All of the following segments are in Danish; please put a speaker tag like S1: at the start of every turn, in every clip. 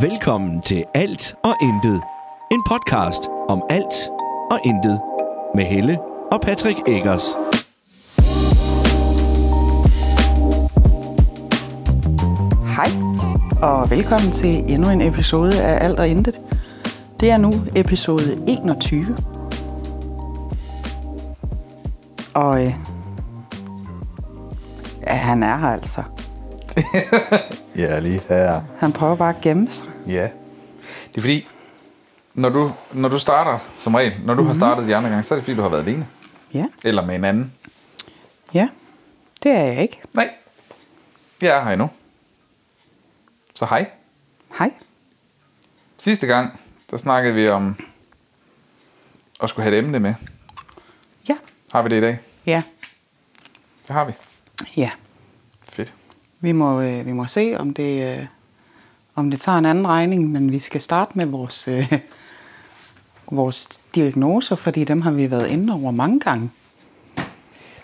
S1: Velkommen til Alt og Intet. En podcast om alt og intet. Med Helle og Patrick Eggers.
S2: Hej, og velkommen til endnu en episode af Alt og Intet. Det er nu episode 21. Og øh, ja, han er her altså.
S3: Ja, lige her.
S2: Han prøver bare at gemme sig.
S3: Ja. Det er fordi, når du, når du starter, som regel, når du mm-hmm. har startet de andre gange, så er det fordi, du har været alene.
S2: Ja,
S3: Eller med en anden.
S2: ja. Det er jeg ikke.
S3: Nej. Jeg er her endnu. Så hej.
S2: Hej.
S3: Sidste gang, der snakkede vi om at skulle have et emne med.
S2: Ja.
S3: Har vi det i dag?
S2: Ja.
S3: Det har vi.
S2: Ja.
S3: Fedt.
S2: Vi må, øh, vi må se, om det, øh, om det tager en anden regning, men vi skal starte med vores, øh, vores diagnoser, fordi dem har vi været inde over mange gange.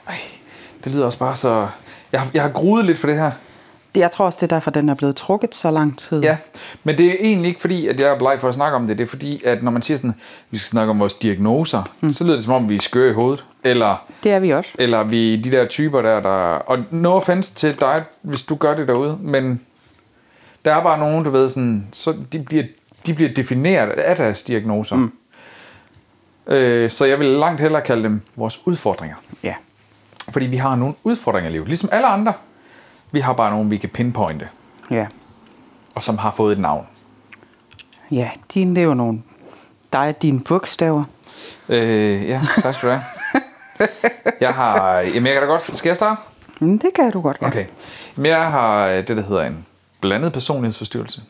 S3: Ej, det lyder også bare så... Jeg har, jeg har gruet lidt for det her.
S2: Jeg tror også, det er derfor, den er blevet trukket så lang tid.
S3: Ja, men det er egentlig ikke fordi, at jeg er bleg for at snakke om det. Det er fordi, at når man siger sådan, vi skal snakke om vores diagnoser, mm. så lyder det som om, vi er skøre i hovedet. Eller
S2: Det er vi også.
S3: Eller vi de der typer der, der... Og no offense til dig, hvis du gør det derude, men der er bare nogen, du ved, sådan, så de, bliver, de bliver defineret af deres diagnoser. Mm. Øh, så jeg vil langt hellere kalde dem vores udfordringer.
S2: Ja.
S3: Fordi vi har nogle udfordringer i livet, ligesom alle andre. Vi har bare nogle, vi kan pinpointe,
S2: Ja.
S3: og som har fået et navn.
S2: Ja, dine, det er jo nogle... Dig og dine bogstaver.
S3: Øh, ja, tak skal du have. jeg har... Jamen, jeg kan da godt... Skal jeg starte?
S2: Mm, det kan du godt ja.
S3: Okay. Jamen, jeg har øh, det, der hedder en blandet personlighedsforstyrrelse,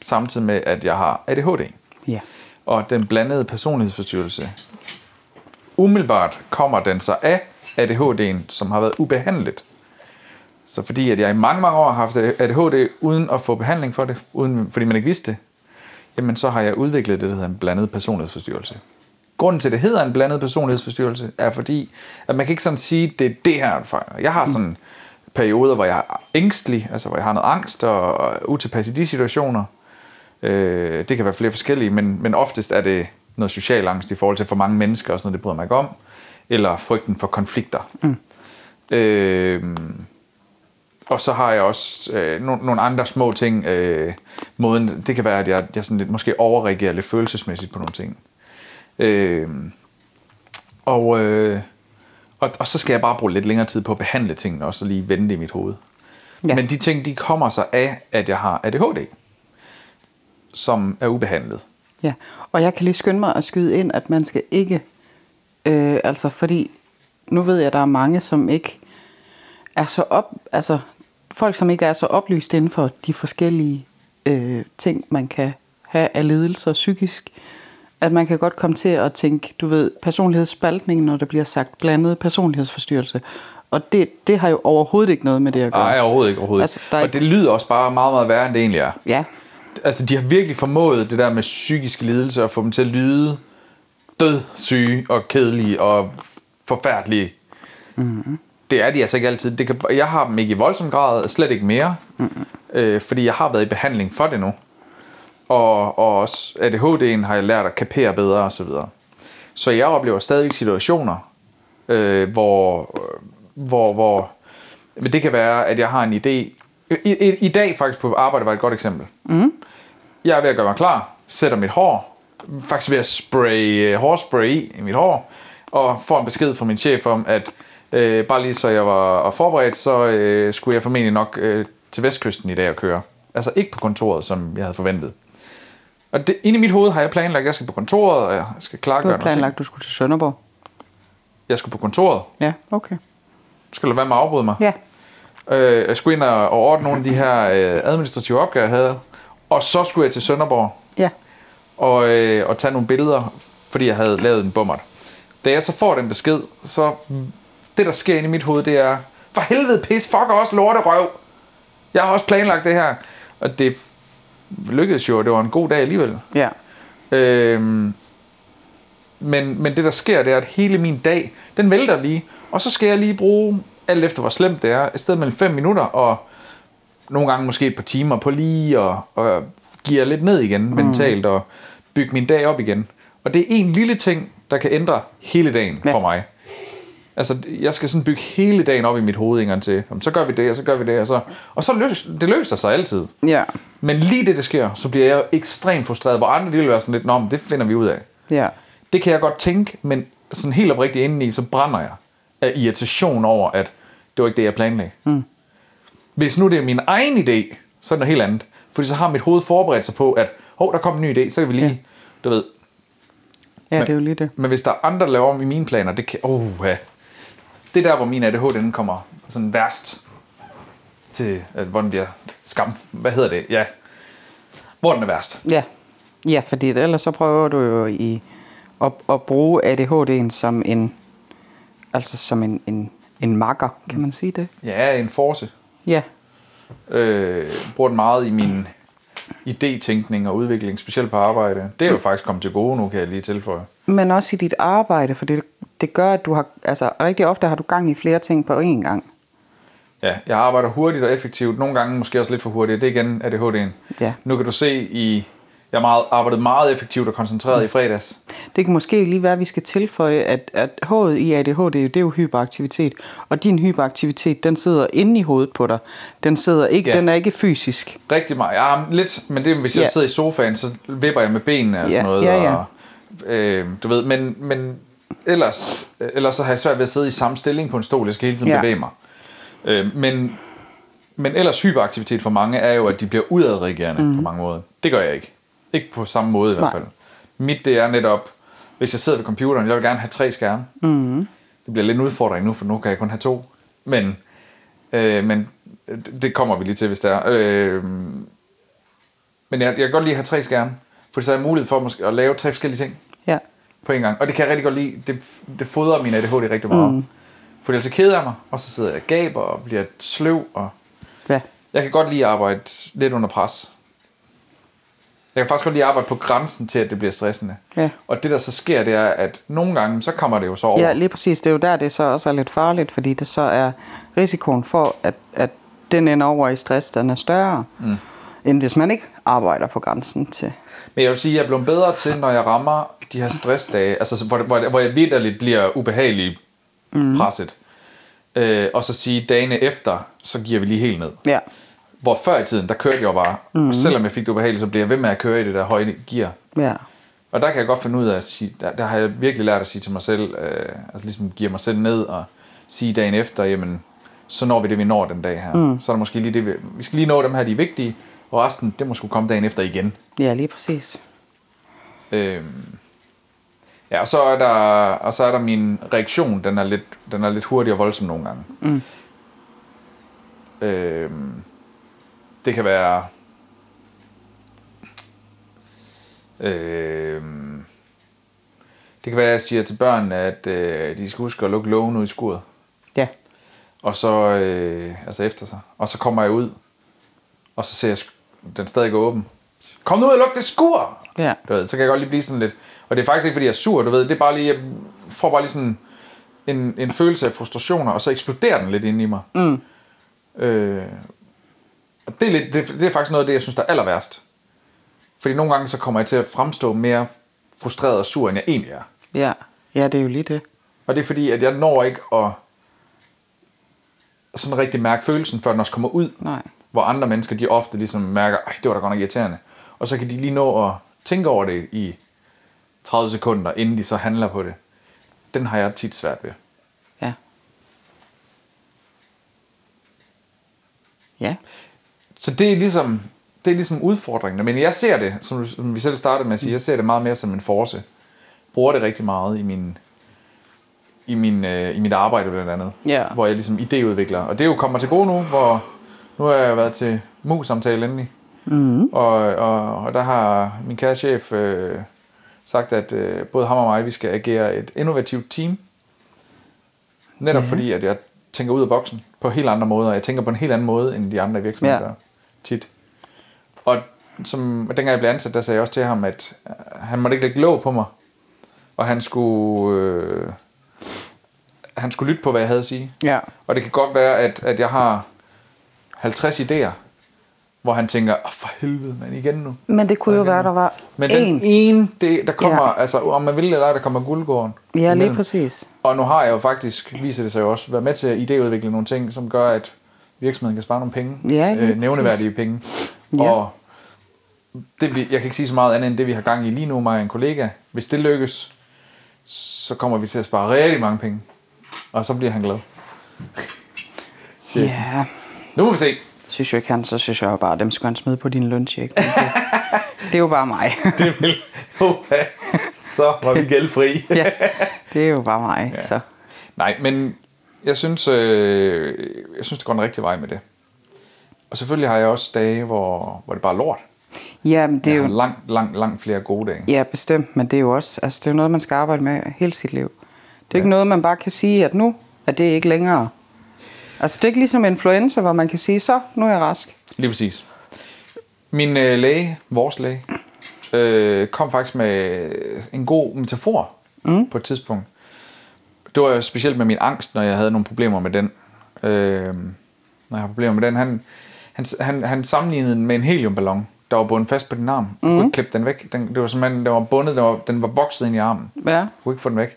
S3: samtidig med, at jeg har ADHD.
S2: Ja.
S3: Og den blandede personlighedsforstyrrelse, umiddelbart kommer den sig af ADHD'en, som har været ubehandlet. Så fordi at jeg i mange, mange år har haft ADHD uden at få behandling for det, uden, fordi man ikke vidste det, jamen så har jeg udviklet det, der hedder en blandet personlighedsforstyrrelse. Grunden til, at det hedder en blandet personlighedsforstyrrelse, er fordi, at man kan ikke sådan sige, at det er det her, der fejler. Jeg har sådan perioder, hvor jeg er ængstelig, altså hvor jeg har noget angst og og utilpas i de situationer. Øh, det kan være flere forskellige, men, men oftest er det noget social angst i forhold til for mange mennesker, og sådan noget, det bryder mig ikke om, eller frygten for konflikter. Mm. Øh, og så har jeg også øh, nogle, nogle andre små ting. Øh, måden, det kan være, at jeg, jeg sådan lidt, måske overreagerer lidt følelsesmæssigt på nogle ting. Øh, og, øh, og, og så skal jeg bare bruge lidt længere tid på at behandle tingene også, og lige vende det i mit hoved.
S2: Ja.
S3: Ja. Men de ting, de kommer sig af, at jeg har ADHD, som er ubehandlet.
S2: ja. Og jeg kan lige skynde mig at skyde ind, at man skal ikke... Øh, altså, fordi nu ved jeg, at der er mange, som ikke er så op... Altså, folk, som ikke er så oplyst inden for de forskellige øh, ting, man kan have af lidelser psykisk, at man kan godt komme til at tænke, du ved, personlighedsspaltning, når der bliver sagt blandet personlighedsforstyrrelse. Og det, det har jo overhovedet ikke noget med det at gøre.
S3: Nej, overhovedet ikke. Overhovedet.
S2: Altså,
S3: Altså,
S2: der er
S3: og
S2: ikke-
S3: det lyder også bare meget, meget værre, end det egentlig er.
S2: Ja,
S3: altså de har virkelig formået det der med psykiske lidelser at få dem til at lyde død syge og kedelige og forfærdelige. Mm-hmm. Det er de altså ikke altid. Det kan, jeg har dem ikke i voldsom grad, slet ikke mere, mm-hmm. øh, fordi jeg har været i behandling for det nu. Og, og også ADHD'en har jeg lært at kapere bedre osv. Så, videre. så jeg oplever stadigvæk situationer, øh, hvor, hvor, hvor men det kan være, at jeg har en idé. I, i, I dag faktisk på arbejde var et godt eksempel. Mm. Jeg er ved at gøre mig klar, sætter mit hår, faktisk ved at spraye øh, hårspray i, i mit hår, og får en besked fra min chef om, at øh, bare lige så jeg var forberedt, så øh, skulle jeg formentlig nok øh, til vestkysten i dag og køre. Altså ikke på kontoret, som jeg havde forventet. Og det, inde i mit hoved har jeg planlagt, at jeg skal på kontoret, og jeg skal
S2: du
S3: klargøre
S2: havde
S3: nogle ting.
S2: planlagt, at du skulle til Sønderborg.
S3: Jeg skulle på kontoret.
S2: Ja, okay.
S3: Skal du lade være med at afbryde mig?
S2: Ja,
S3: Øh, jeg skulle ind og og ordne nogle af de her øh, administrative opgaver, jeg havde. Og så skulle jeg til Sønderborg
S2: ja.
S3: og, øh, og tage nogle billeder, fordi jeg havde lavet en bummert. Da jeg så får den besked, så det, der sker inde i mit hoved, det er, for helvede pis, fuck også lorte røv. Jeg har også planlagt det her. Og det lykkedes jo, og det var en god dag alligevel.
S2: Ja,
S3: Øhm, men, men det der sker, det er, at hele min dag, den vælter lige, og så skal jeg lige bruge, alt efter hvor slemt det er, et sted mellem 5 minutter og nogle gange måske et par timer på lige og, og gear lidt ned igen mm. mentalt og bygge min dag op igen. Og det er en lille ting, der kan ændre hele dagen ja.
S2: Ja.
S3: for mig. Altså, jeg skal sådan bygge hele dagen op i mit hoved en gang til. Jamen, så gør vi det, og så gør vi det, og så... Og så løs, det løser sig altid.
S2: Ja,
S3: Men lige det, det sker, så bliver jeg ekstremt frustreret, hvor andre de vil være sådan lidt, Nå, men det finder vi ud af.
S2: ja,
S3: Det kan jeg godt tænke, men sådan helt oprigtigt indeni, så brænder jeg af irritation over, at det var ikke det, jeg planlagde. Mm. Hvis nu det er min egen idé, så er det noget helt andet. Fordi så har mit hoved forberedt sig på, at hov, der kom en ny idé, så kan vi lige, ja. du ved.
S2: ja det er jo lige det.
S3: Men hvis der er andre, der laver om i mine planer, det kan, oh, ja. Det er der, hvor min ADHD den kommer sådan værst til, at, hvor den bliver skam, hvad hedder det, ja. Hvor den er værst.
S2: Ja, ja fordi ellers så prøver du jo i at, at bruge ADHD'en som en, altså som en, en, en makker, kan man sige det?
S3: Ja, en force.
S2: Ja,
S3: øh, bruger den meget i min idétænkning og udvikling, specielt på arbejde. Det er jo faktisk kommet til gode nu, kan jeg lige tilføje.
S2: men også i dit arbejde, for det, det gør, at du har, altså rigtig ofte har du gang i flere ting på én gang.
S3: Ja, jeg arbejder hurtigt og effektivt, nogle gange måske også lidt for hurtigt. Det er igen ADHD'en.
S2: Ja.
S3: Nu kan du se i... Jeg har meget, arbejdet meget effektivt og koncentreret i fredags.
S2: Det kan måske lige være, at vi skal tilføje, at, at H'et i ADHD, det er jo hyperaktivitet, og din hyperaktivitet, den sidder inde i hovedet på dig. Den sidder ikke,
S3: Ja.
S2: ja. den er ikke fysisk.
S3: Rigtig meget. Ja, lidt, men det er, hvis jeg
S2: Ja.
S3: sidder i sofaen, så vipper jeg med benene og sådan
S2: Ja,
S3: noget.
S2: ja, ja.
S3: Og, øh, du ved, men, men ellers, øh, ellers så har jeg svært ved at sidde i samme stilling på en stol. Jeg skal hele tiden ja.
S2: Ja.
S3: bevæge mig. Øh, men, men ellers hyperaktivitet for mange er jo, at de bliver udadreagerende mm. på mange måder. Det gør jeg ikke. Ikke på samme måde i hvert
S2: Nej.
S3: fald. Mit det er netop, hvis jeg sidder ved computeren, jeg vil gerne have tre skærme. Mm. Det bliver lidt en udfordring nu, for nu kan jeg kun have to. Men, øh, men det- det kommer vi lige til, hvis det er. Øh, men jeg, jeg kan godt lide at have tre skærme, for så har jeg mulighed for måske at lave tre forskellige ting
S2: Ja,
S3: på en gang. Og det kan jeg rigtig godt lide. Det, det fodrer min ADHD rigtig meget. Mm. For ellers så keder jeg mig, og så sidder jeg og gaber og bliver sløv. Og
S2: ja.
S3: jeg kan godt lide at arbejde lidt under pres. Jeg kan faktisk godt lide at arbejde på grænsen til, at det bliver stressende.
S2: Ja.
S3: Og det, der så sker, det er, at nogle gange, så kommer det jo så over.
S2: Ja, lige præcis. Det er jo der, det så også er lidt farligt, fordi det så er risikoen for, at, at den ender over i stress, den er større, mm. end hvis man ikke arbejder på grænsen til.
S3: Men jeg vil sige, at jeg er blevet bedre til, når jeg rammer de her stressdage, altså så hvor, hvor, hvor jeg vidderligt bliver ubehagelig
S2: Mhm.
S3: mm. presset. Øh, og så sige, dagene efter, så giver vi lige helt ned.
S2: Ja,
S3: Hvor før i tiden, der kørte jeg jo bare. Mm.
S2: Mhm.
S3: Og selvom jeg fik det ubehageligt, så blev jeg ved med at køre i det der høje gear.
S2: ja,
S3: Og der kan jeg godt finde ud af at sige, der, der har jeg virkelig lært at sige til mig selv, øh, altså ligesom give mig selv ned og sige dagen efter, jamen, så når vi det, vi når den dag her. Mm. Så er der måske lige det, vi, vi skal lige nå dem her, de er vigtige, og resten, det må sgu komme dagen efter igen.
S2: ja lige præcis.
S3: Øhm. Ja, og så er der, og så er der min reaktion, den er lidt, den er lidt hurtig og voldsom nogle gange. Mm. Øhm. Det kan være... Øhm. Det kan være, at jeg siger til børn, at øh, de skal huske at lukke lågen ud i skuret.
S2: Ja,
S3: Og så, øh, altså efter sig. Og så kommer jeg ud, og så ser jeg, sk- den stadig er åben. Kom nu ud og luk det skur!
S2: ja,
S3: Du ved, så kan jeg godt lige blive sådan lidt... Og det er faktisk ikke, fordi jeg er sur, du ved. Det er bare lige... Jeg får bare lige sådan en, en følelse af frustrationer, og så eksploderer den lidt inde i mig. Mm. Øh, og det er, lidt, det, det er faktisk noget af det, jeg synes, der er aller værst. Fordi nogle gange, så kommer jeg til at fremstå mere frustreret og sur, end jeg egentlig er.
S2: ja. Ja, det er jo lige det.
S3: Og det er fordi, at jeg når ikke at sådan rigtig mærke følelsen, før den også kommer ud.
S2: Nej.
S3: Hvor andre mennesker, de ofte ligesom mærker, at det var da godt nok irriterende. Og så kan de lige nå at tænke over det i 30 sekunder, inden de så handler på det. Den har jeg tit svært ved.
S2: Ja. Ja,
S3: Så det er ligesom, det er ligesom udfordringen. Men jeg ser det, som, du- som vi selv startede med at sige, jeg ser det meget mere som en force. Bruger det rigtig meget i min i, min, øh, i mit arbejde blandt andet.
S2: Ja.
S3: Hvor jeg ligesom idéudvikler. Og det er jo kommer til gode nu, hvor nu har jeg været til mus-samtale endelig. Mm. Og, og, og der har min kære chef øh, sagt, at øh, både ham og mig, vi skal agere et innovativt team. Netop ja. fordi, at jeg tænker ud af boksen på helt andre måder. Jeg tænker på en helt anden måde, end de andre virksomheder
S2: Ja.
S3: ja. tit. Og som, og dengang jeg blev ansat, der sagde jeg også til ham, at øh, han måtte ikke lægge låg på mig. Og han skulle, øh, han skulle lytte på, hvad jeg havde at sige.
S2: ja,
S3: Og det kan godt være, at, at jeg har 50 idéer, hvor han tænker, oh, for helvede, man igen nu.
S2: Men det kunne jo være, der var
S3: Men den
S2: en.
S3: ene, det, der kommer,
S2: Ja.
S3: ja. altså om man vil eller ej, der kommer guldgården.
S2: Ja, lige
S3: imellem.
S2: præcis.
S3: Og nu har jeg jo faktisk, viser det sig jo også, været med til at idéudvikle nogle ting, som gør, at virksomheden kan spare nogle penge. øh,
S2: Ja, lige præcis.
S3: nævneværdige penge.
S2: Ja.
S3: Og det, vi, jeg kan ikke sige så meget andet end det, vi har gang i lige nu, mig og en kollega. Hvis det lykkes, så kommer vi til at spare rigtig mange penge. Og så bliver han glad. Shit.
S2: Ja,
S3: Nu må vi se.
S2: synes jeg ikke han, så synes jeg jo bare, dem skulle han smide på din løncheck. Men Det, det er jo bare mig.
S3: Det vil. Oha. Så var vi gældfri.
S2: ja, det er jo bare mig. Ja. Så.
S3: Nej, men jeg synes, øh, jeg synes, det går den rigtige vej med det. Og selvfølgelig har jeg også dage, hvor, hvor det bare er lort.
S2: Ja, men det er
S3: Jeg har
S2: jo,
S3: langt, langt, langt flere gode dage.
S2: ja, bestemt, men det er jo også altså, det er jo noget, man skal arbejde med hele sit liv. Det er jo ikke noget, man bare kan sige, at nu er det ikke længere. Altså, det er ikke ligesom influenza, hvor man kan sige, så, nu er jeg rask.
S3: Lige præcis. Min øh, læge, vores læge, øh, kom faktisk med en god metafor mm. på et tidspunkt. Det var jo specielt med min angst, når jeg havde nogle problemer med den. Øh, når jeg har problemer med den. Han, han, han, han sammenlignede den med en heliumballon, der var bundet fast på din arm. Du kunne ikke klippe den væk. Den, det var simpelthen, den var bundet, den var, den var vokset ind i armen.
S2: Ja.
S3: Du kunne ikke få den væk.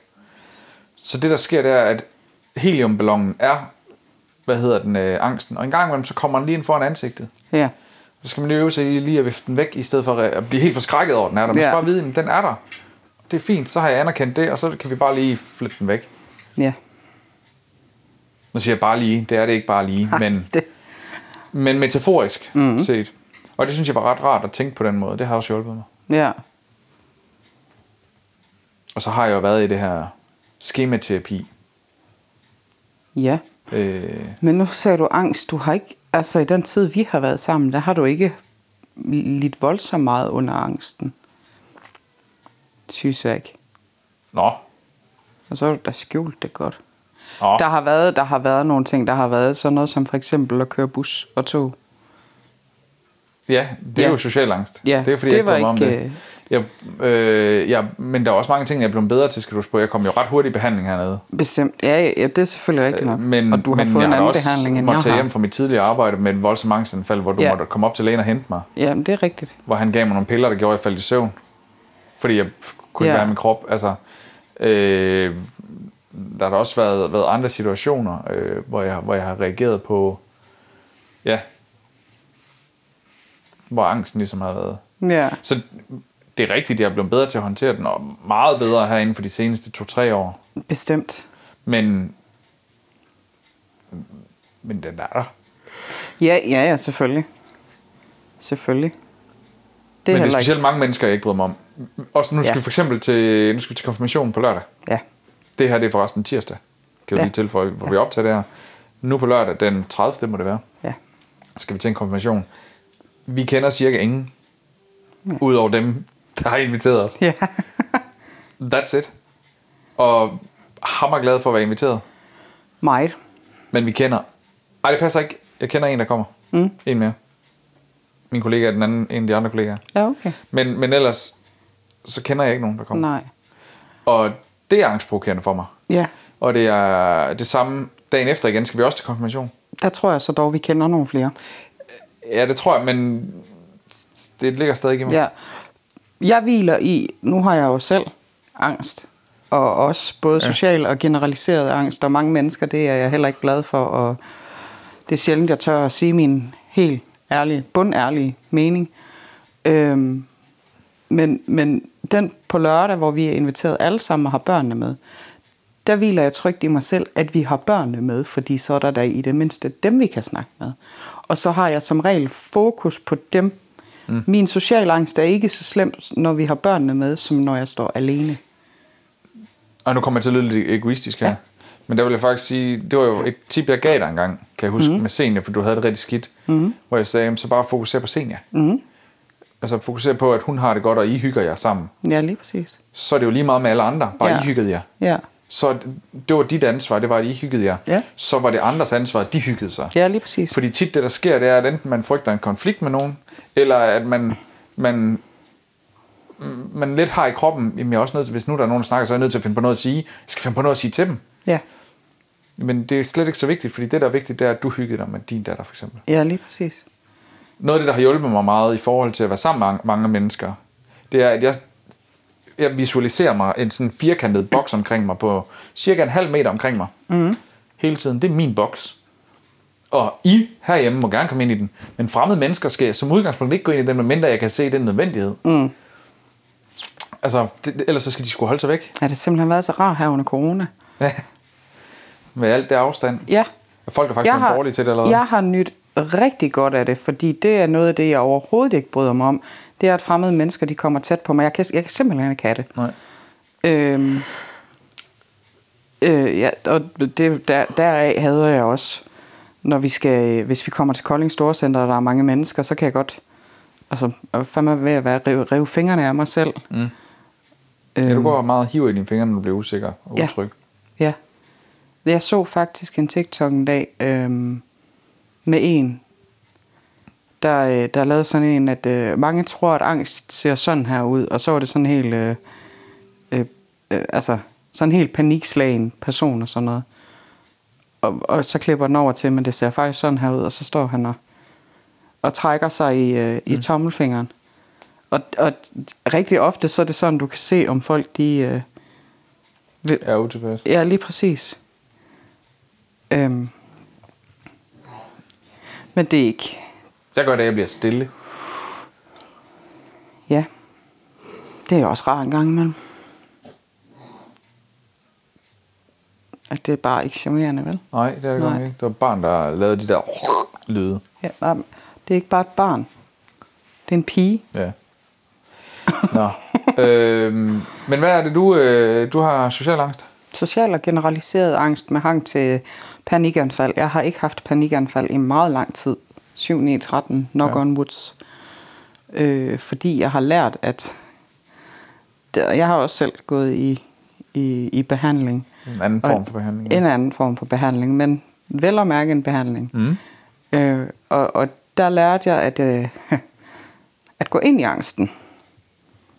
S3: Så det, der sker, det er, at heliumballonen er, hvad hedder den, øh, angsten. Og en gang imellem, så kommer den lige ind foran ansigtet.
S2: Ja.
S3: Så skal man lige øve sig i lige at vifte den væk, i stedet for at blive helt forskrækket over, at den er der. Man skal
S2: Ja.
S3: bare vide, at den er der. Det er fint, så har jeg anerkendt det, og så kan vi bare lige flytte den væk.
S2: Ja.
S3: Nu siger jeg bare lige, det er det ikke bare lige, men,
S2: Det.
S3: men metaforisk
S2: Mhm.
S3: mm-hmm. set. Og det synes jeg var ret rart at tænke på den måde. Det har også hjulpet mig.
S2: Ja.
S3: Og så har jeg jo været i det her skematerapi.
S2: Ja.
S3: Øh,
S2: Men nu sagde du angst. Du har ikke, altså i den tid, vi har været sammen, der har du ikke lidt voldsomt meget under angsten. Synes jeg ikke.
S3: nå,
S2: Og så har du da skjult det godt.
S3: nå.
S2: Der har, været, der har været nogle ting, der har været sådan noget som for eksempel at køre bus og tog.
S3: Ja, det er
S2: Ja.
S3: jo social angst.
S2: Ja,
S3: det er fordi,
S2: det
S3: jeg
S2: var
S3: ikke, drømmer
S2: ikke,
S3: om det. Jeg, øh, jeg, men der er også mange ting, jeg er blevet bedre til, skal du huske på. Jeg kom jo ret hurtigt i behandling hernede.
S2: Bestemt. Ja, ja, ja det er selvfølgelig rigtigt nok.
S3: Øh, Men,
S2: og du har
S3: men
S2: fået en
S3: jeg
S2: anden
S3: også
S2: behandling, end
S3: måtte tage
S2: jeg
S3: hjem
S2: har.
S3: fra mit tidligere arbejde med en voldsom angstanfald, hvor du
S2: Ja.
S3: ja. måtte komme op til lægen og hente mig.
S2: Jamen, det er rigtigt.
S3: Hvor han gav mig nogle piller, der gjorde, at jeg faldt i søvn. Fordi jeg kunne ikke
S2: Ja.
S3: være i min krop. Altså, øh, der har da også været, været andre situationer, øh, hvor, jeg, hvor jeg har reageret på... Ja. Hvor angsten ligesom har været.
S2: Ja.
S3: Så det er rigtigt, jeg er blevet bedre til at håndtere den, og meget bedre her inden for de seneste 2-3 år.
S2: Bestemt.
S3: Men, men den er der.
S2: Ja, ja, ja, selvfølgelig. Selvfølgelig. Det er
S3: men det er
S2: heller ikke...
S3: specielt mange mennesker, jeg ikke bryder mig om. Også nu skal
S2: Ja.
S3: ja. vi for eksempel til, nu skal vi til konfirmationen på lørdag.
S2: Ja.
S3: Det her det er forresten tirsdag. Kan vi
S2: Ja.
S3: ja. lige tilføje, hvor ja. vi optager det her. Nu på lørdag, den 30. må det være,
S2: Ja.
S3: skal vi til en konfirmation. Vi kender cirka ingen, ja. udover dem, der har inviteret os.
S2: Ja.
S3: That's it. Og hammer glad for at være inviteret.
S2: Meget.
S3: Men vi kender... Ej, det passer ikke. Jeg kender en, der kommer. Mm. En mere. Min kollega er den anden, en af de andre kollegaer.
S2: Ja, okay.
S3: Men, men ellers, så kender jeg ikke nogen, der kommer.
S2: Nej.
S3: Og det er angstprovokerende for mig.
S2: Ja.
S3: Og det er det samme dagen efter igen, skal vi også til konfirmation.
S2: Der tror jeg så dog, vi kender nogle flere.
S3: Ja, det tror jeg, men det ligger stadig i mig.
S2: Ja. Jeg hviler i, nu har jeg jo selv angst, og også både social og generaliseret angst, og mange mennesker, det er jeg heller ikke glad for, og det er sjældent, jeg tør at sige min helt ærlige, bundærlige mening. Øhm, men, men den på lørdag, hvor vi er inviteret alle sammen og har børnene med, der hviler jeg trygt i mig selv, at vi har børnene med, fordi så er der da i det mindste dem, vi kan snakke med. Og så har jeg som regel fokus på dem. Mm. Min sociale angst er ikke så slem, når vi har børnene med, som når jeg står alene.
S3: Og nu kommer jeg til at lyde lidt egoistisk her. Ja. Men der vil jeg faktisk sige, det var jo et tip, jeg gav dig engang, kan jeg huske,
S2: Mhm.
S3: mm. med senior, for du havde det rigtig skidt. Mm. Hvor jeg sagde, "Jamen, så bare fokuser på senior. Mm.
S2: Mhm.
S3: Altså fokuser på, at hun har det godt, og I hygger jer sammen.
S2: Ja, lige præcis.
S3: Så er det jo lige meget med alle andre, bare
S2: Ja.
S3: ja. I hyggede jer.
S2: Ja,
S3: Så det- det var dit ansvar, det var, at I hyggede jer.
S2: Ja.
S3: Så var det andres ansvar, at de hyggede sig.
S2: ja lige præcis.
S3: Fordi tit det, der sker, det er, at enten man frygter en konflikt med nogen, eller at man, man, man lidt har i kroppen, jamen jeg er også nødt til, hvis nu der er nogen, der snakker, så er jeg nødt til at finde på noget at sige. Jeg skal finde på noget at sige til dem.
S2: Ja,
S3: Men det er slet ikke så vigtigt, fordi det, der er vigtigt, det er, at du hyggede dig med din datter, for eksempel.
S2: ja lige præcis.
S3: Noget af det, der har hjulpet mig meget i forhold til at være sammen med mange- mange mennesker, det er, at jeg, jeg visualiserer mig en sådan firkantet boks omkring mig på cirka en halv meter omkring mig. Mm. Hele tiden. Det er min boks. Og I herhjemme må gerne komme ind i den, men fremmede mennesker skal som udgangspunkt ikke gå ind i den, medmindre jeg kan se den nødvendighed. Mm. Altså, det, ellers så skal de skulle holde sig væk
S2: Har det simpelthen været så rart her under corona?
S3: med alt det afstand.
S2: Ja.
S3: Folk er faktisk blevet dårlige til det allerede.
S2: Jeg har nyt rigtig godt af det, fordi det er noget af det, jeg overhovedet ikke bryder mig om. Det er, at fremmede mennesker de kommer tæt på mig. Jeg kan, jeg kan simpelthen ikke have det.
S3: Nej.
S2: Øhm, øh, ja, og det, der, deraf hader jeg også, når vi skal, hvis vi kommer til Kolding Storcenter, og der er mange mennesker, så kan jeg godt, altså, jeg er fandme ved at være, rive, rive fingrene af mig selv. Øhm, Mm.
S3: Ja, du går meget og hiver i dine fingre, når du bliver usikker og
S2: Ja.
S3: utryg.
S2: Ja. Jeg så faktisk en TikTok en dag øhm, med en, der, øh, der lavede sådan en, at øh, mange tror, at angst ser sådan her ud, og så var det sådan helt, øh, øh, øh, altså sådan helt panikslagen person og sådan noget. Og, og så klipper den over til, men det ser faktisk sådan her ud, og så står han og, og trækker sig i, øh, i tommelfingeren. Og, og rigtig ofte, så er det sådan, du kan se, om folk de... Øh, vil,
S3: Jeg er utilpas.
S2: Ja, lige præcis. Øhm. Men det er ikke...
S3: Jeg gør det, at jeg bliver stille.
S2: Ja. Det er jo også rart en gang imellem. At det er bare ikke charmerende, vel?
S3: Nej, det er det godt
S2: Nej.
S3: nok ikke. Det var et barn, der lavede de der lyde.
S2: Ja, nej, men det er ikke bare et barn. Det er en pige.
S3: Ja. Nå. øhm, men hvad er det, du, øh, du har social angst?
S2: Social og generaliseret angst med hang til panikanfald. Jeg har ikke haft panikanfald i meget lang tid. 7, 9, 13, knock ja. on woods. Øh, fordi jeg har lært, at... Der, jeg har også selv gået i, i, i behandling.
S3: En anden
S2: Og
S3: form for behandling.
S2: En
S3: Ja.
S2: anden form for behandling, men vel at mærke en behandling.
S3: Mm.
S2: Øh, og, og der lærte jeg, at, øh, at gå ind i angsten.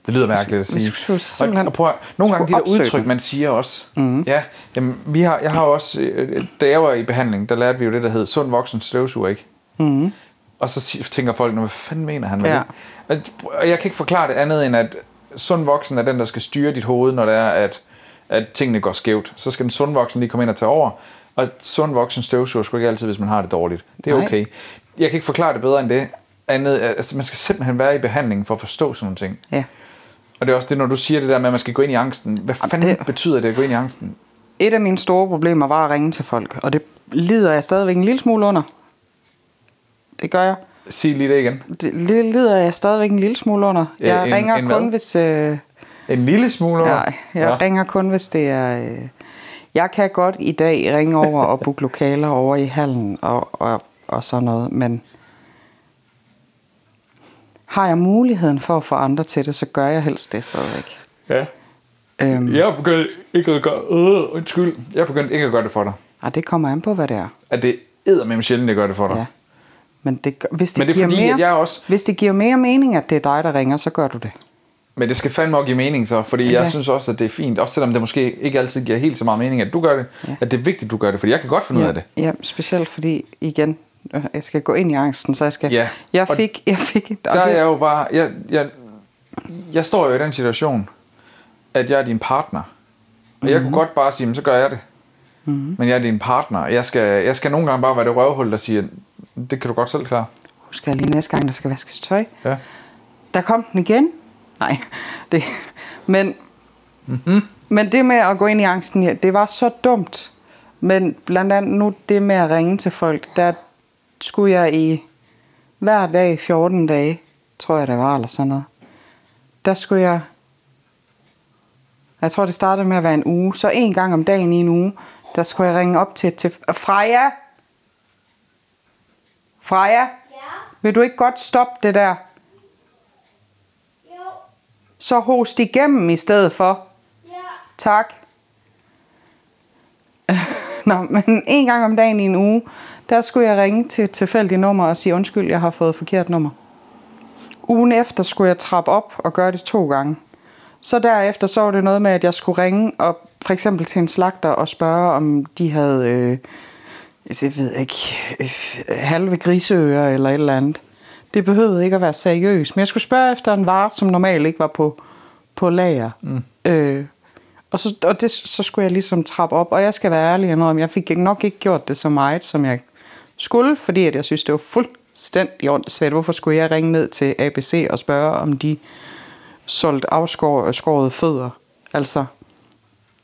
S3: Det lyder mærkeligt at
S2: Vi
S3: sige.
S2: skulle
S3: Og,
S2: simpelthen-
S3: og prøv, at- nogle gange de
S2: skulle
S3: der
S2: opsøge
S3: udtryk,
S2: den. Mhm.
S3: man siger også. Mm. Ja, jamen, vi har, jeg har også, øh, da jeg var i behandling, der lærte vi jo det, der hed sund voksen støvsuger, ikke? Mm. Og så sig- tænker folk, "Nå, hvad fanden mener han med
S2: Mhm. Ja.
S3: det? Men- Og jeg kan ikke forklare det andet end, at sund voksen er den, der skal styre dit hoved, når det er, at, at tingene går skævt. Så skal den sund voksen lige komme ind og tage over. Og sund voksen støvsuger sgu ikke altid, hvis man har det dårligt. Det er
S2: Nej.
S3: okay. Jeg kan ikke forklare det bedre end det. Andet, altså, man skal simpelthen være i behandling for at forstå sådan nogle ting.
S2: Ja.
S3: Og det er også det, når du siger det der med, at man skal gå ind i angsten. Hvad fanden det...
S2: det-
S3: betyder det at gå ind i angsten?
S2: Et af mine store problemer var at ringe til folk, og det lider jeg stadigvæk en lille smule under. Det gør jeg.
S3: Sig lige det igen.
S2: Det li- lider jeg stadigvæk en lille smule under.
S3: Øh,
S2: Jeg
S3: en-
S2: ringer
S3: en
S2: kun,
S3: hvad?
S2: hvis... Øh,
S3: En lille smule over.
S2: Nej, jeg ja. ringer kun, hvis det er... Øh, jeg kan godt i dag ringe over og booke lokaler over i hallen og, og, og sådan noget, men har jeg muligheden for at få andre til det, så gør jeg helst det stadigvæk.
S3: Ja.
S2: Øhm, ja.
S3: Jeg er begyndt ikke at gøre... Øh, undskyld. Jeg er begyndt ikke at gøre det for dig.
S2: Og det kommer an på, hvad det er.
S3: At det er med sjældent, det gør det for dig.
S2: Ja. Men, det, gør- hvis det,
S3: Men det er
S2: giver
S3: fordi,
S2: mere,
S3: at jeg også-
S2: hvis det giver mere mening, at det er dig, der ringer, så gør du det.
S3: Men det skal fandme også give mening så, fordi
S2: Ja.
S3: jeg synes også, at det er fint. Også selvom det måske ikke altid giver helt så meget mening, at du gør det. Ja. At det er vigtigt, at du gør det, fordi jeg kan godt finde ud
S2: ja.
S3: af det.
S2: Ja, specielt fordi, igen, øh, jeg skal gå ind i angsten, så jeg skal...
S3: Ja.
S2: Jeg
S3: Og
S2: fik... Jeg fik og
S3: Der
S2: det-
S3: er jeg jo bare... Jeg, jeg, jeg står jo i den situation, at jeg er din partner. Og mm-hmm. jeg kunne
S2: Mhm.
S3: godt bare sige, "Men så gør jeg det. Mm-hmm. Men jeg er din partner. Jeg skal, jeg skal nogle gange bare være det røvhul, der siger, det kan du godt selv klare.
S2: Husk jeg lige næste gang, der skal vaskes tøj.
S3: Ja.
S2: Der kom den igen. Nej, det... Men, mm-hmm. men det med at gå ind i angsten, ja, det var så dumt. Men blandt andet nu det med at ringe til folk, der skulle jeg i hver dag i 14 dage, tror jeg det var, eller sådan noget. Der skulle jeg... Jeg tror, det startede med at være en uge. Så en gang om dagen i en uge, der skulle jeg ringe op til... til Freja! Freja!
S4: Ja,
S2: Vil du ikke godt stoppe det der?
S4: jo,
S2: Så host igennem i stedet for.
S4: ja,
S2: Tak. Nå, men en gang om dagen i en uge, der skulle jeg ringe til et tilfældigt nummer og sige, undskyld, jeg har fået forkert nummer. Ugen efter skulle jeg trappe op og gøre det to gange. Så derefter så var det noget med, at jeg skulle ringe og for eksempel til en slagter og spørge, om de havde, øh, jeg ved ikke, øh, halve griseører eller et eller andet. Det behøvede ikke at være seriøst. Men jeg skulle spørge efter en vare, som normalt ikke var på, på lager. Mm. Øh, og så, og det, så skulle jeg ligesom trappe op. Og jeg skal være ærlig og indrømme, jeg fik nok ikke gjort det så meget, som jeg skulle, fordi at jeg synes, det var fuldstændig åndssvagt. Hvorfor skulle jeg ringe ned til ABC og spørge, om de solgte afskårede fødder? Altså,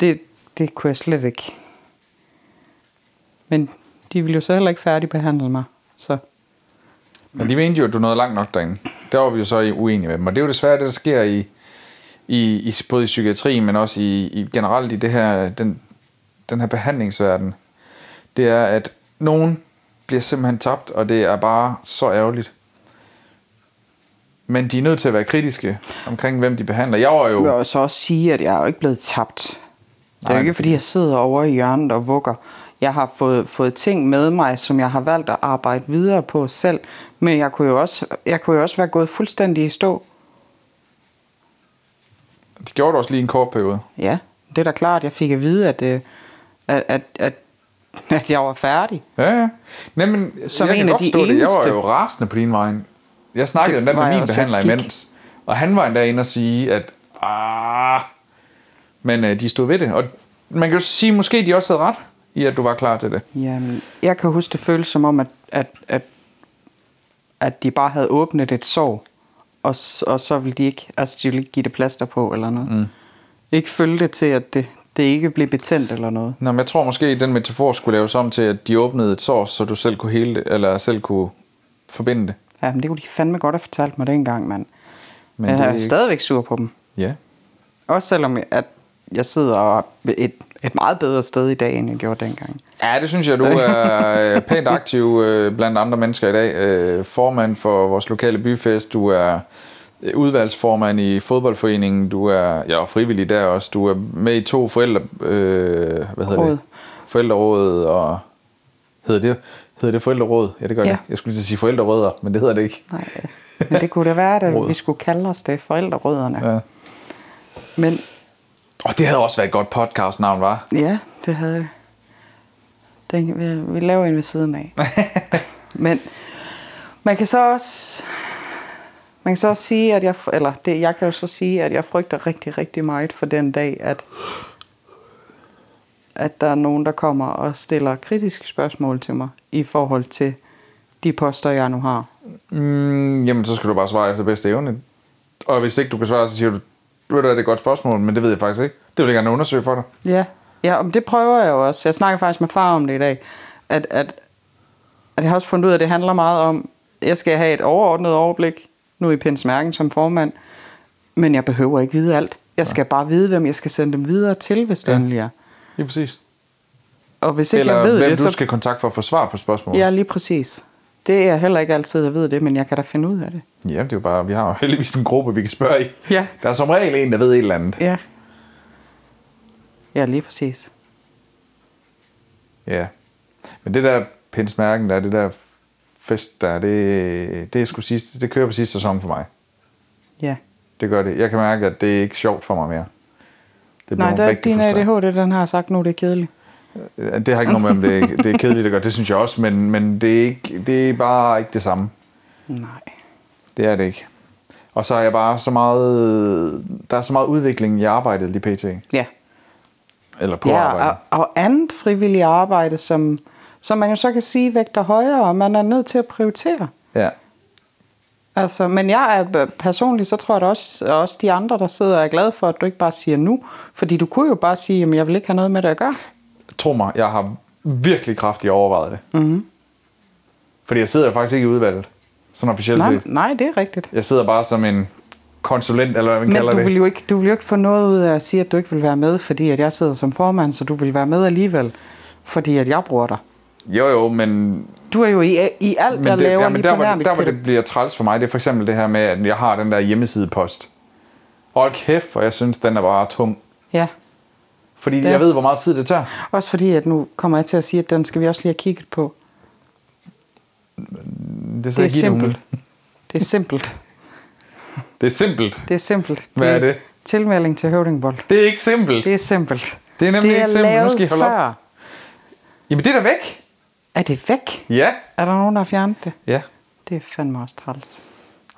S2: det, det kunne jeg slet ikke. Men de ville jo så heller ikke færdigbehandle mig. Så
S3: Men de mente jo, at du nåede langt nok derinde. Der var vi jo så i- uenige med dem. Og det er jo desværre det, der sker i, i, i både i psykiatrien, men også i, i generelt i det her, den, den her behandlingsverden. Det er, at nogen bliver simpelthen tabt, og det er bare så ærgerligt. Men de er nødt til at være kritiske omkring, hvem de behandler. Jeg var jo...
S2: vil jeg så også sige, at jeg er jo ikke blevet tabt. Det er
S3: Nej,
S2: jo ikke,
S3: det-
S2: fordi jeg sidder over i hjørnet og vugger. Jeg har fået, fået ting med mig, som jeg har valgt at arbejde videre på selv. Men jeg kunne jo også, jeg kunne jo også være gået fuldstændig i stå.
S3: De gjorde det også lige en kort periode.
S2: Ja, det er da klart. Jeg fik at vide, at, øh, at, at, at, at jeg var færdig.
S3: Ja, ja. Nej, men
S2: Som
S3: jeg
S2: en
S3: kan
S2: af
S3: godt
S2: de
S3: forstå det. Jeg var
S2: eneste.
S3: jo rasende på din vej. Jeg snakkede
S2: Det
S3: om det
S2: var
S3: med
S2: jeg
S3: min
S2: også.
S3: behandler
S2: Jeg gik.
S3: imens. Og han var endda inde og sige, at... Ah, men øh, de stod ved det. Og man kan jo sige, måske de også havde ret i, at du var klar til det.
S2: Jamen, jeg kan huske, det føles som om, at, at, at, at de bare havde åbnet et sår, og, s- og så ville de ikke, altså de ville ikke give det plaster på eller noget. Mm. Ikke følge det til, at det, det ikke blev betændt eller noget.
S3: Nå, men jeg tror måske, den metafor skulle laves om til, at de åbnede et sår, så du selv kunne hele det, eller selv kunne forbinde det.
S2: Ja, men det kunne de fandme godt have fortalt mig dengang, mand. Men
S3: Men
S2: jeg
S3: det
S2: er,
S3: er
S2: er
S3: ikke-
S2: stadigvæk sur på dem.
S3: Ja.
S2: Også selvom at jeg sidder et, et meget bedre sted i dag, end jeg gjorde dengang.
S3: Ja, det synes jeg, du er øh, pænt aktiv øh, blandt andre mennesker i dag. Øh, Formand for vores lokale byfest, du er øh, udvalgsformand i fodboldforeningen, du er ja, og frivillig der også, du er med i to forældre... Øh, hvad hedder
S2: Råd.
S3: det? Forældreråd og... Hedder det, hedder det forældreråd? Ja, det gør
S2: Ja.
S3: det. Jeg skulle lige til at sige forældrerødder, men det hedder det ikke.
S2: Nej, men det kunne da være, at vi skulle kalde os det forældrerødderne.
S3: Ja.
S2: Men
S3: Og det havde også været et godt podcastnavn, var.
S2: Ja, det havde det. Den, vi, vi laver en ved siden af. Men man kan så også... Man kan så også sige, at jeg... Eller det, jeg kan jo så sige, at jeg frygter rigtig, rigtig meget for den dag, at at der er nogen, der kommer og stiller kritiske spørgsmål til mig i forhold til de poster, jeg nu har.
S3: Mm, jamen, så skal du bare svare efter bedste evne. Og hvis ikke du kan svare, så siger du, ved du, hvad, det er et godt spørgsmål, men det ved jeg faktisk ikke. Det vil jeg gerne undersøge for dig.
S2: Ja, ja og det prøver jeg jo også. Jeg snakker faktisk med far om det i dag, at, at, at jeg har også fundet ud af, at det handler meget om, jeg skal have et overordnet overblik, nu i Pins Mærken som formand, men jeg behøver ikke vide alt. Jeg skal bare vide, hvem jeg skal sende dem videre til, hvis det
S3: Ja.
S2: endelig er.
S3: Lige præcis.
S2: Og hvis ikke
S3: Eller
S2: jeg ved
S3: hvem
S2: det,
S3: du
S2: så...
S3: skal kontakte for at få svar på spørgsmålet.
S2: Ja, lige præcis. Det er jeg heller ikke altid, jeg ved det, men jeg kan da finde ud af det.
S3: Jamen, det er jo bare, vi har jo heldigvis en gruppe, vi kan spørge i.
S2: Ja.
S3: Der er som regel en, der ved et eller andet.
S2: Ja. Ja, lige præcis.
S3: Ja. Men det der pinsmærken, der er det der fest, der er, det, det, er sgu sidste, det kører på sidste sæson for mig.
S2: Ja.
S3: Det gør det. Jeg kan mærke, at det er ikke sjovt for mig mere. Det
S2: Nej,
S3: bliver
S2: der,
S3: rigtig
S2: din
S3: frustrerende.
S2: ADHD, den har sagt nu, det er kedeligt.
S3: Ja, Øh, Det har ikke noget med, om det, det er kedeligt at gøre. Det synes jeg også, men, men det, er ikke, det er bare ikke det samme.
S2: Nej.
S3: Det er det ikke. Og så er jeg bare så meget... Der er så meget udvikling i arbejdet lige pt.
S2: Ja,
S3: Eller på ja,
S2: Ja, og,
S3: arbejdet.
S2: og andet frivilligt arbejde, som, som man jo så kan sige vægter højere, og man er nødt til at prioritere.
S3: Ja.
S2: Altså, men jeg er personligt, så tror jeg da også, at også de andre, der sidder, er glade for, at du ikke bare siger nu. Fordi du kunne jo bare sige, at jeg vil ikke have noget med det at gøre.
S3: Tro mig, jeg har virkelig kraftigt overvejet det. Mm-hmm.
S2: Mhm.
S3: Fordi jeg sidder jo faktisk ikke i udvalget. Sådan officielt
S2: Nej,
S3: set.
S2: nej, det er rigtigt.
S3: Jeg sidder bare som en konsulent, eller hvad man
S2: Men
S3: kalder
S2: du
S3: det.
S2: vil, jo ikke, du vil jo ikke få noget ud af at sige, at du ikke vil være med, fordi at jeg sidder som formand, så du vil være med alligevel, fordi at jeg bruger dig.
S3: Jo jo, men
S2: Du er jo i, i alt, jeg
S3: det,
S2: laver
S3: ja,
S2: ja,
S3: men
S2: lige
S3: der,
S2: der,
S3: hvor,
S2: på
S3: der, hvor det bliver træls for mig, det er for eksempel det her med, at jeg har den der hjemmesidepost. Og hold kæft, og jeg synes, den er bare tung.
S2: Ja,
S3: Fordi ja.
S2: Ja.
S3: jeg ved, hvor meget tid det tager.
S2: også fordi at nu kommer jeg til at sige, at den skal vi også lige have kigget på.
S3: Det er, så
S2: Det er
S3: ikke helt
S2: simpelt.
S3: umuligt.
S2: Det er simpelt.
S3: Det er simpelt.
S2: Det er simpelt.
S3: Hvad er det?
S2: Tilmelding til høvdingbold.
S3: Det er ikke simpelt.
S2: Det er simpelt.
S3: Det er nemlig
S2: det er
S3: ikke simpelt. Nu
S2: lavet
S3: skal I holde op.
S2: før.
S3: Jamen, det er da væk.
S2: Er det væk?
S3: Ja.
S2: Er der nogen, der har fjernet det?
S3: Ja.
S2: Det er fandme også træls.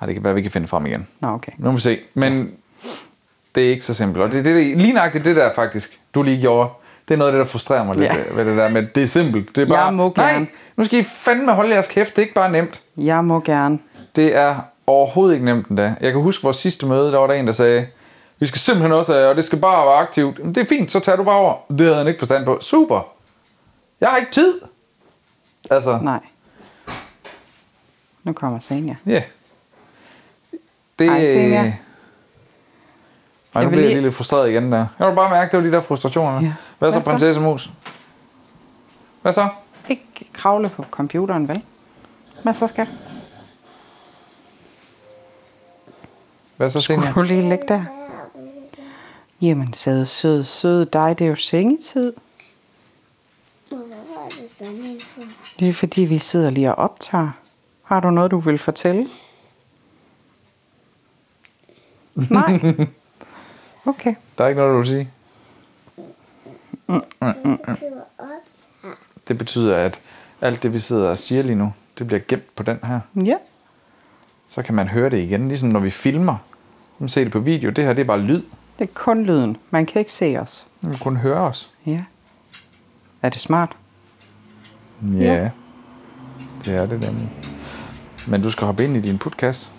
S3: Ej, det kan være, vi kan finde frem igen.
S2: Nå, okay.
S3: Nu må vi se. Men det er ikke så simpelt. Og det, er det, det, lige nøjagtigt det der faktisk, du lige gjorde, det er noget af det, der frustrerer mig lidt
S2: Ja.
S3: ved det der med, det er simpelt. Det er bare,
S2: Jeg må
S3: nej,
S2: gerne."
S3: nu skal I fandme holde jeres kæft, det er ikke bare nemt.
S2: Jeg må gerne.
S3: Det er overhovedet ikke nemt endda. Jeg kan huske vores sidste møde, der var der en, der sagde, vi skal simpelthen også, og det skal bare være aktivt. "Jamen, Det er fint, så tager du bare over. Det havde han ikke forstand på. Super. Jeg har ikke tid. Altså,
S2: Nej. Nu kommer Senja.
S3: ja. Yeah. Det,
S2: Ej, Senja.
S3: Ej, nu
S2: Jeg vil
S3: bliver jeg
S2: lige-
S3: lige lidt frustreret igen der. Jeg vil bare mærke, det var de der frustrationer.
S2: Ja.
S3: Hvad så,
S2: Hvad så?
S3: prinsessemus? Hvad så?
S2: Ikke kravle på computeren, vel? Hvad så, skat?
S3: Hvad så, Senja?
S2: Skulle du lige ligge der? Jamen, søde, søde, søde dig, det er jo sengetid.
S4: Hvorfor har du sådan en på?
S2: Det er fordi, vi sidder lige og optager. Har du noget, du vil fortælle? Nej. Okay.
S3: Der er ikke noget, du vil sige?
S4: Tur op.
S3: Det betyder, at alt det, vi sidder og siger lige nu, det bliver gemt på den her.
S2: Ja.
S3: Så kan man høre det igen, ligesom når vi filmer. Så kan man se det på video. Det her, det er bare lyd.
S2: Det er kun lyden. Man kan ikke se os.
S3: Man kan kun høre os.
S2: Ja. Er det smart?
S3: Ja. ja. Det er det nemlig. Men du skal hoppe ind i din putkasse.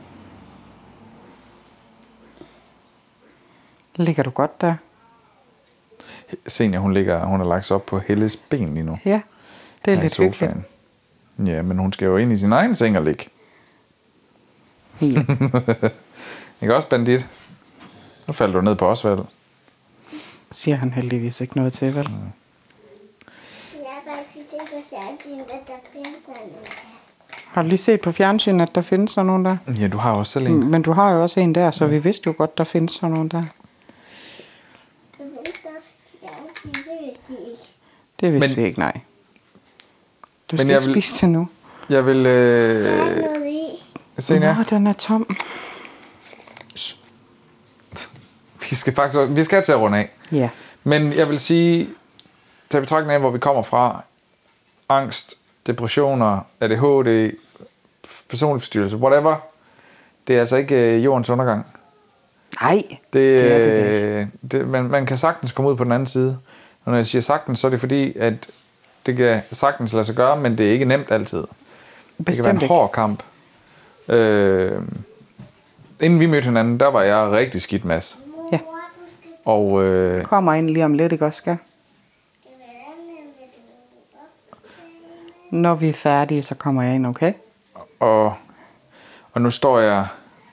S2: Ligger du godt der?
S3: Senior, hun, ligger, hun har lagt sig op på Helles ben lige nu.
S2: Ja. Det er
S3: Her i
S2: lidt hyggeligt.
S3: Ja, men hun skal jo ind i sin egen seng og ligge.
S2: Ja.
S3: Ikke også, bandit? Nu falder du ned på Osvald.
S2: Siger han heldigvis ikke noget til, vel?
S4: Jeg har bare ikke tænkt på fjernsynet, at der bliver sådan en.
S2: Har du lige set på fjernsynet, at der findes sådan nogen der?
S3: Ja, du har også selv en.
S2: Mm, Men du har jo også en der, så vi vidste jo godt, der findes sådan nogen der.
S4: Du ved ikke, der er fjernsyn, det vidste de ikke.
S2: Det vidste men,
S3: Men-
S2: vi ikke, nej. Du skal
S3: jeg
S2: ikke
S3: vil-
S2: spise det nu.
S3: Jeg vil...
S4: Der er
S3: Øh,
S4: ikke noget i.
S3: Senior,
S2: Nå, den er tom.
S3: vi skal faktisk... Vi skal til at runde af.
S2: Ja.
S3: Men jeg vil sige, til betragtning af, hvor vi kommer fra, angst, depressioner, ADHD, personlig forstyrrelse, whatever, det er altså ikke øh, jordens undergang.
S2: Nej.
S3: Det,
S2: Det er det da
S3: det, det man, man kan sagtens komme ud på den anden side. Og når jeg siger sagtens, så er det fordi, at det kan sagtens lade sig gøre, men det er ikke nemt altid. det kan
S2: Bestemt
S3: være en
S2: ikke.
S3: hård kamp. Øh, inden vi mødte hinanden, der var jeg rigtig skidt, Mads.
S2: Ja.
S4: Mor, du skal
S3: Og øh,
S2: Kommer ind lige om lidt, ikke også, skal?
S4: være med, men du ved ikke.
S2: Når vi er færdige, så kommer jeg ind, okay?
S3: Og, og nu står jeg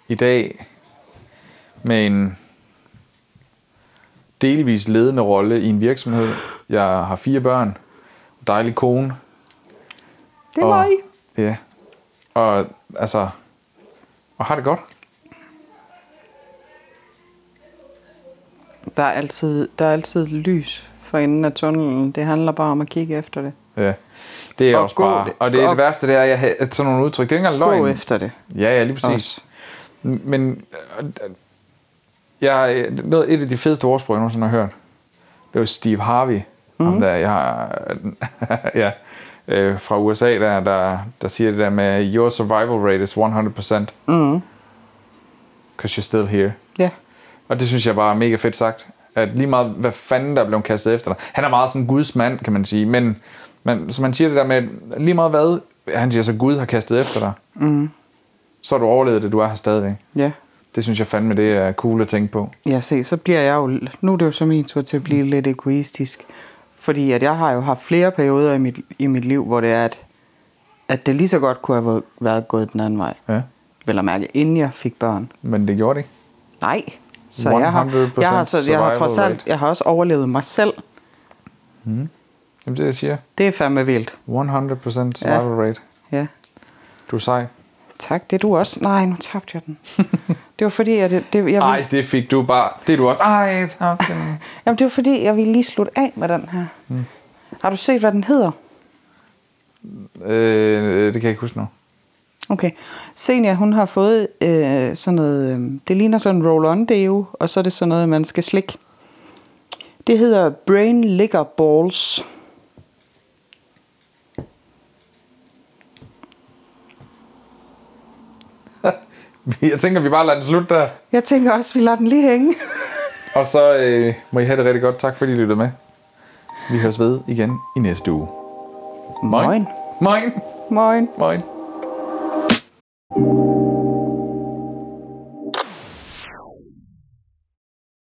S3: i dag med en delvis ledende rolle i en virksomhed. Jeg har fire børn, en dejlig kone.
S2: Det
S3: og,
S2: var I.
S3: Ja. Og altså, og har det godt.
S2: Der er altid, der er altid lys for enden af tunnelen. Det handler bare om at kigge efter det.
S3: Ja. Det er
S2: Og
S3: også
S2: gå
S3: bare,
S2: det-
S3: og det er
S2: gå-
S3: det værste, det er, at jeg havde- at sådan nogle udtryk, det er ikke engang løgn.
S2: Gå efter det.
S3: Ja, ja, lige præcis.
S2: Også.
S3: Men øh, jeg, øh, noget, et af de fedeste ordsprog, jeg nogensinde har hørt, det var Steve Harvey. Mm.
S2: Mhm.
S3: Ham der, jeg har, ja, øh, fra USA, der, der, der siger det der med, your survival rate is 100%,
S2: Mm.
S3: because you're still here.
S2: Ja.
S3: Og det synes jeg bare er mega fedt sagt. At lige meget, hvad fanden der er blevet kastet efter dig. Han er meget sådan en Guds mand, kan man sige. Men man, så man siger det der med, lige meget hvad, han siger så, Gud har kastet efter dig. Mm. Så har du overlevet det, du er her stadigvæk.
S2: Ja.
S3: Det synes jeg fandme, det er cool at tænke på.
S2: Ja, se, så bliver jeg jo... Nu er det jo så min tur til at blive lidt egoistisk. Fordi at jeg har jo haft flere perioder i mit, i mit liv, hvor det er, at, at det lige så godt kunne have været gået den anden vej.
S3: Ja.
S2: Vel at mærke, inden jeg fik børn.
S3: Men det gjorde det ikke.
S2: Nej. Så jeg har,
S3: 100%
S2: jeg har, så, jeg har trods
S3: survival
S2: alt,
S3: rate.
S2: jeg har også overlevet mig selv.
S3: Jamen det, jeg siger.
S2: Det er fandme vildt.
S3: 100% survival ja. rate.
S2: Ja.
S3: Du er sej.
S2: Tak, det er du også. Nej, nu tabte jeg den. det var fordi, jeg, det, det, jeg, ville,
S3: Nej, det fik du bare. Det er du også. Ej, tak.
S2: jamen, det var fordi, jeg ville lige slutte af med den her. Mm. Har du set, hvad den hedder?
S3: øh, det kan jeg ikke huske nu.
S2: Okay. Senior, hun har fået øh, sådan noget... Øh, det ligner sådan en roll-on deo, og så er det sådan noget, man skal slikke. Det hedder Brain Licker Balls.
S3: Jeg tænker, vi bare lader den slutte der.
S2: Jeg tænker også, vi lader den lige hænge.
S3: Og så øh, må I have det rigtig godt. Tak fordi I lyttede med. Vi høres ved igen i næste uge. Moin.
S2: Moin.
S3: Moin.
S2: Moin.
S3: Moin.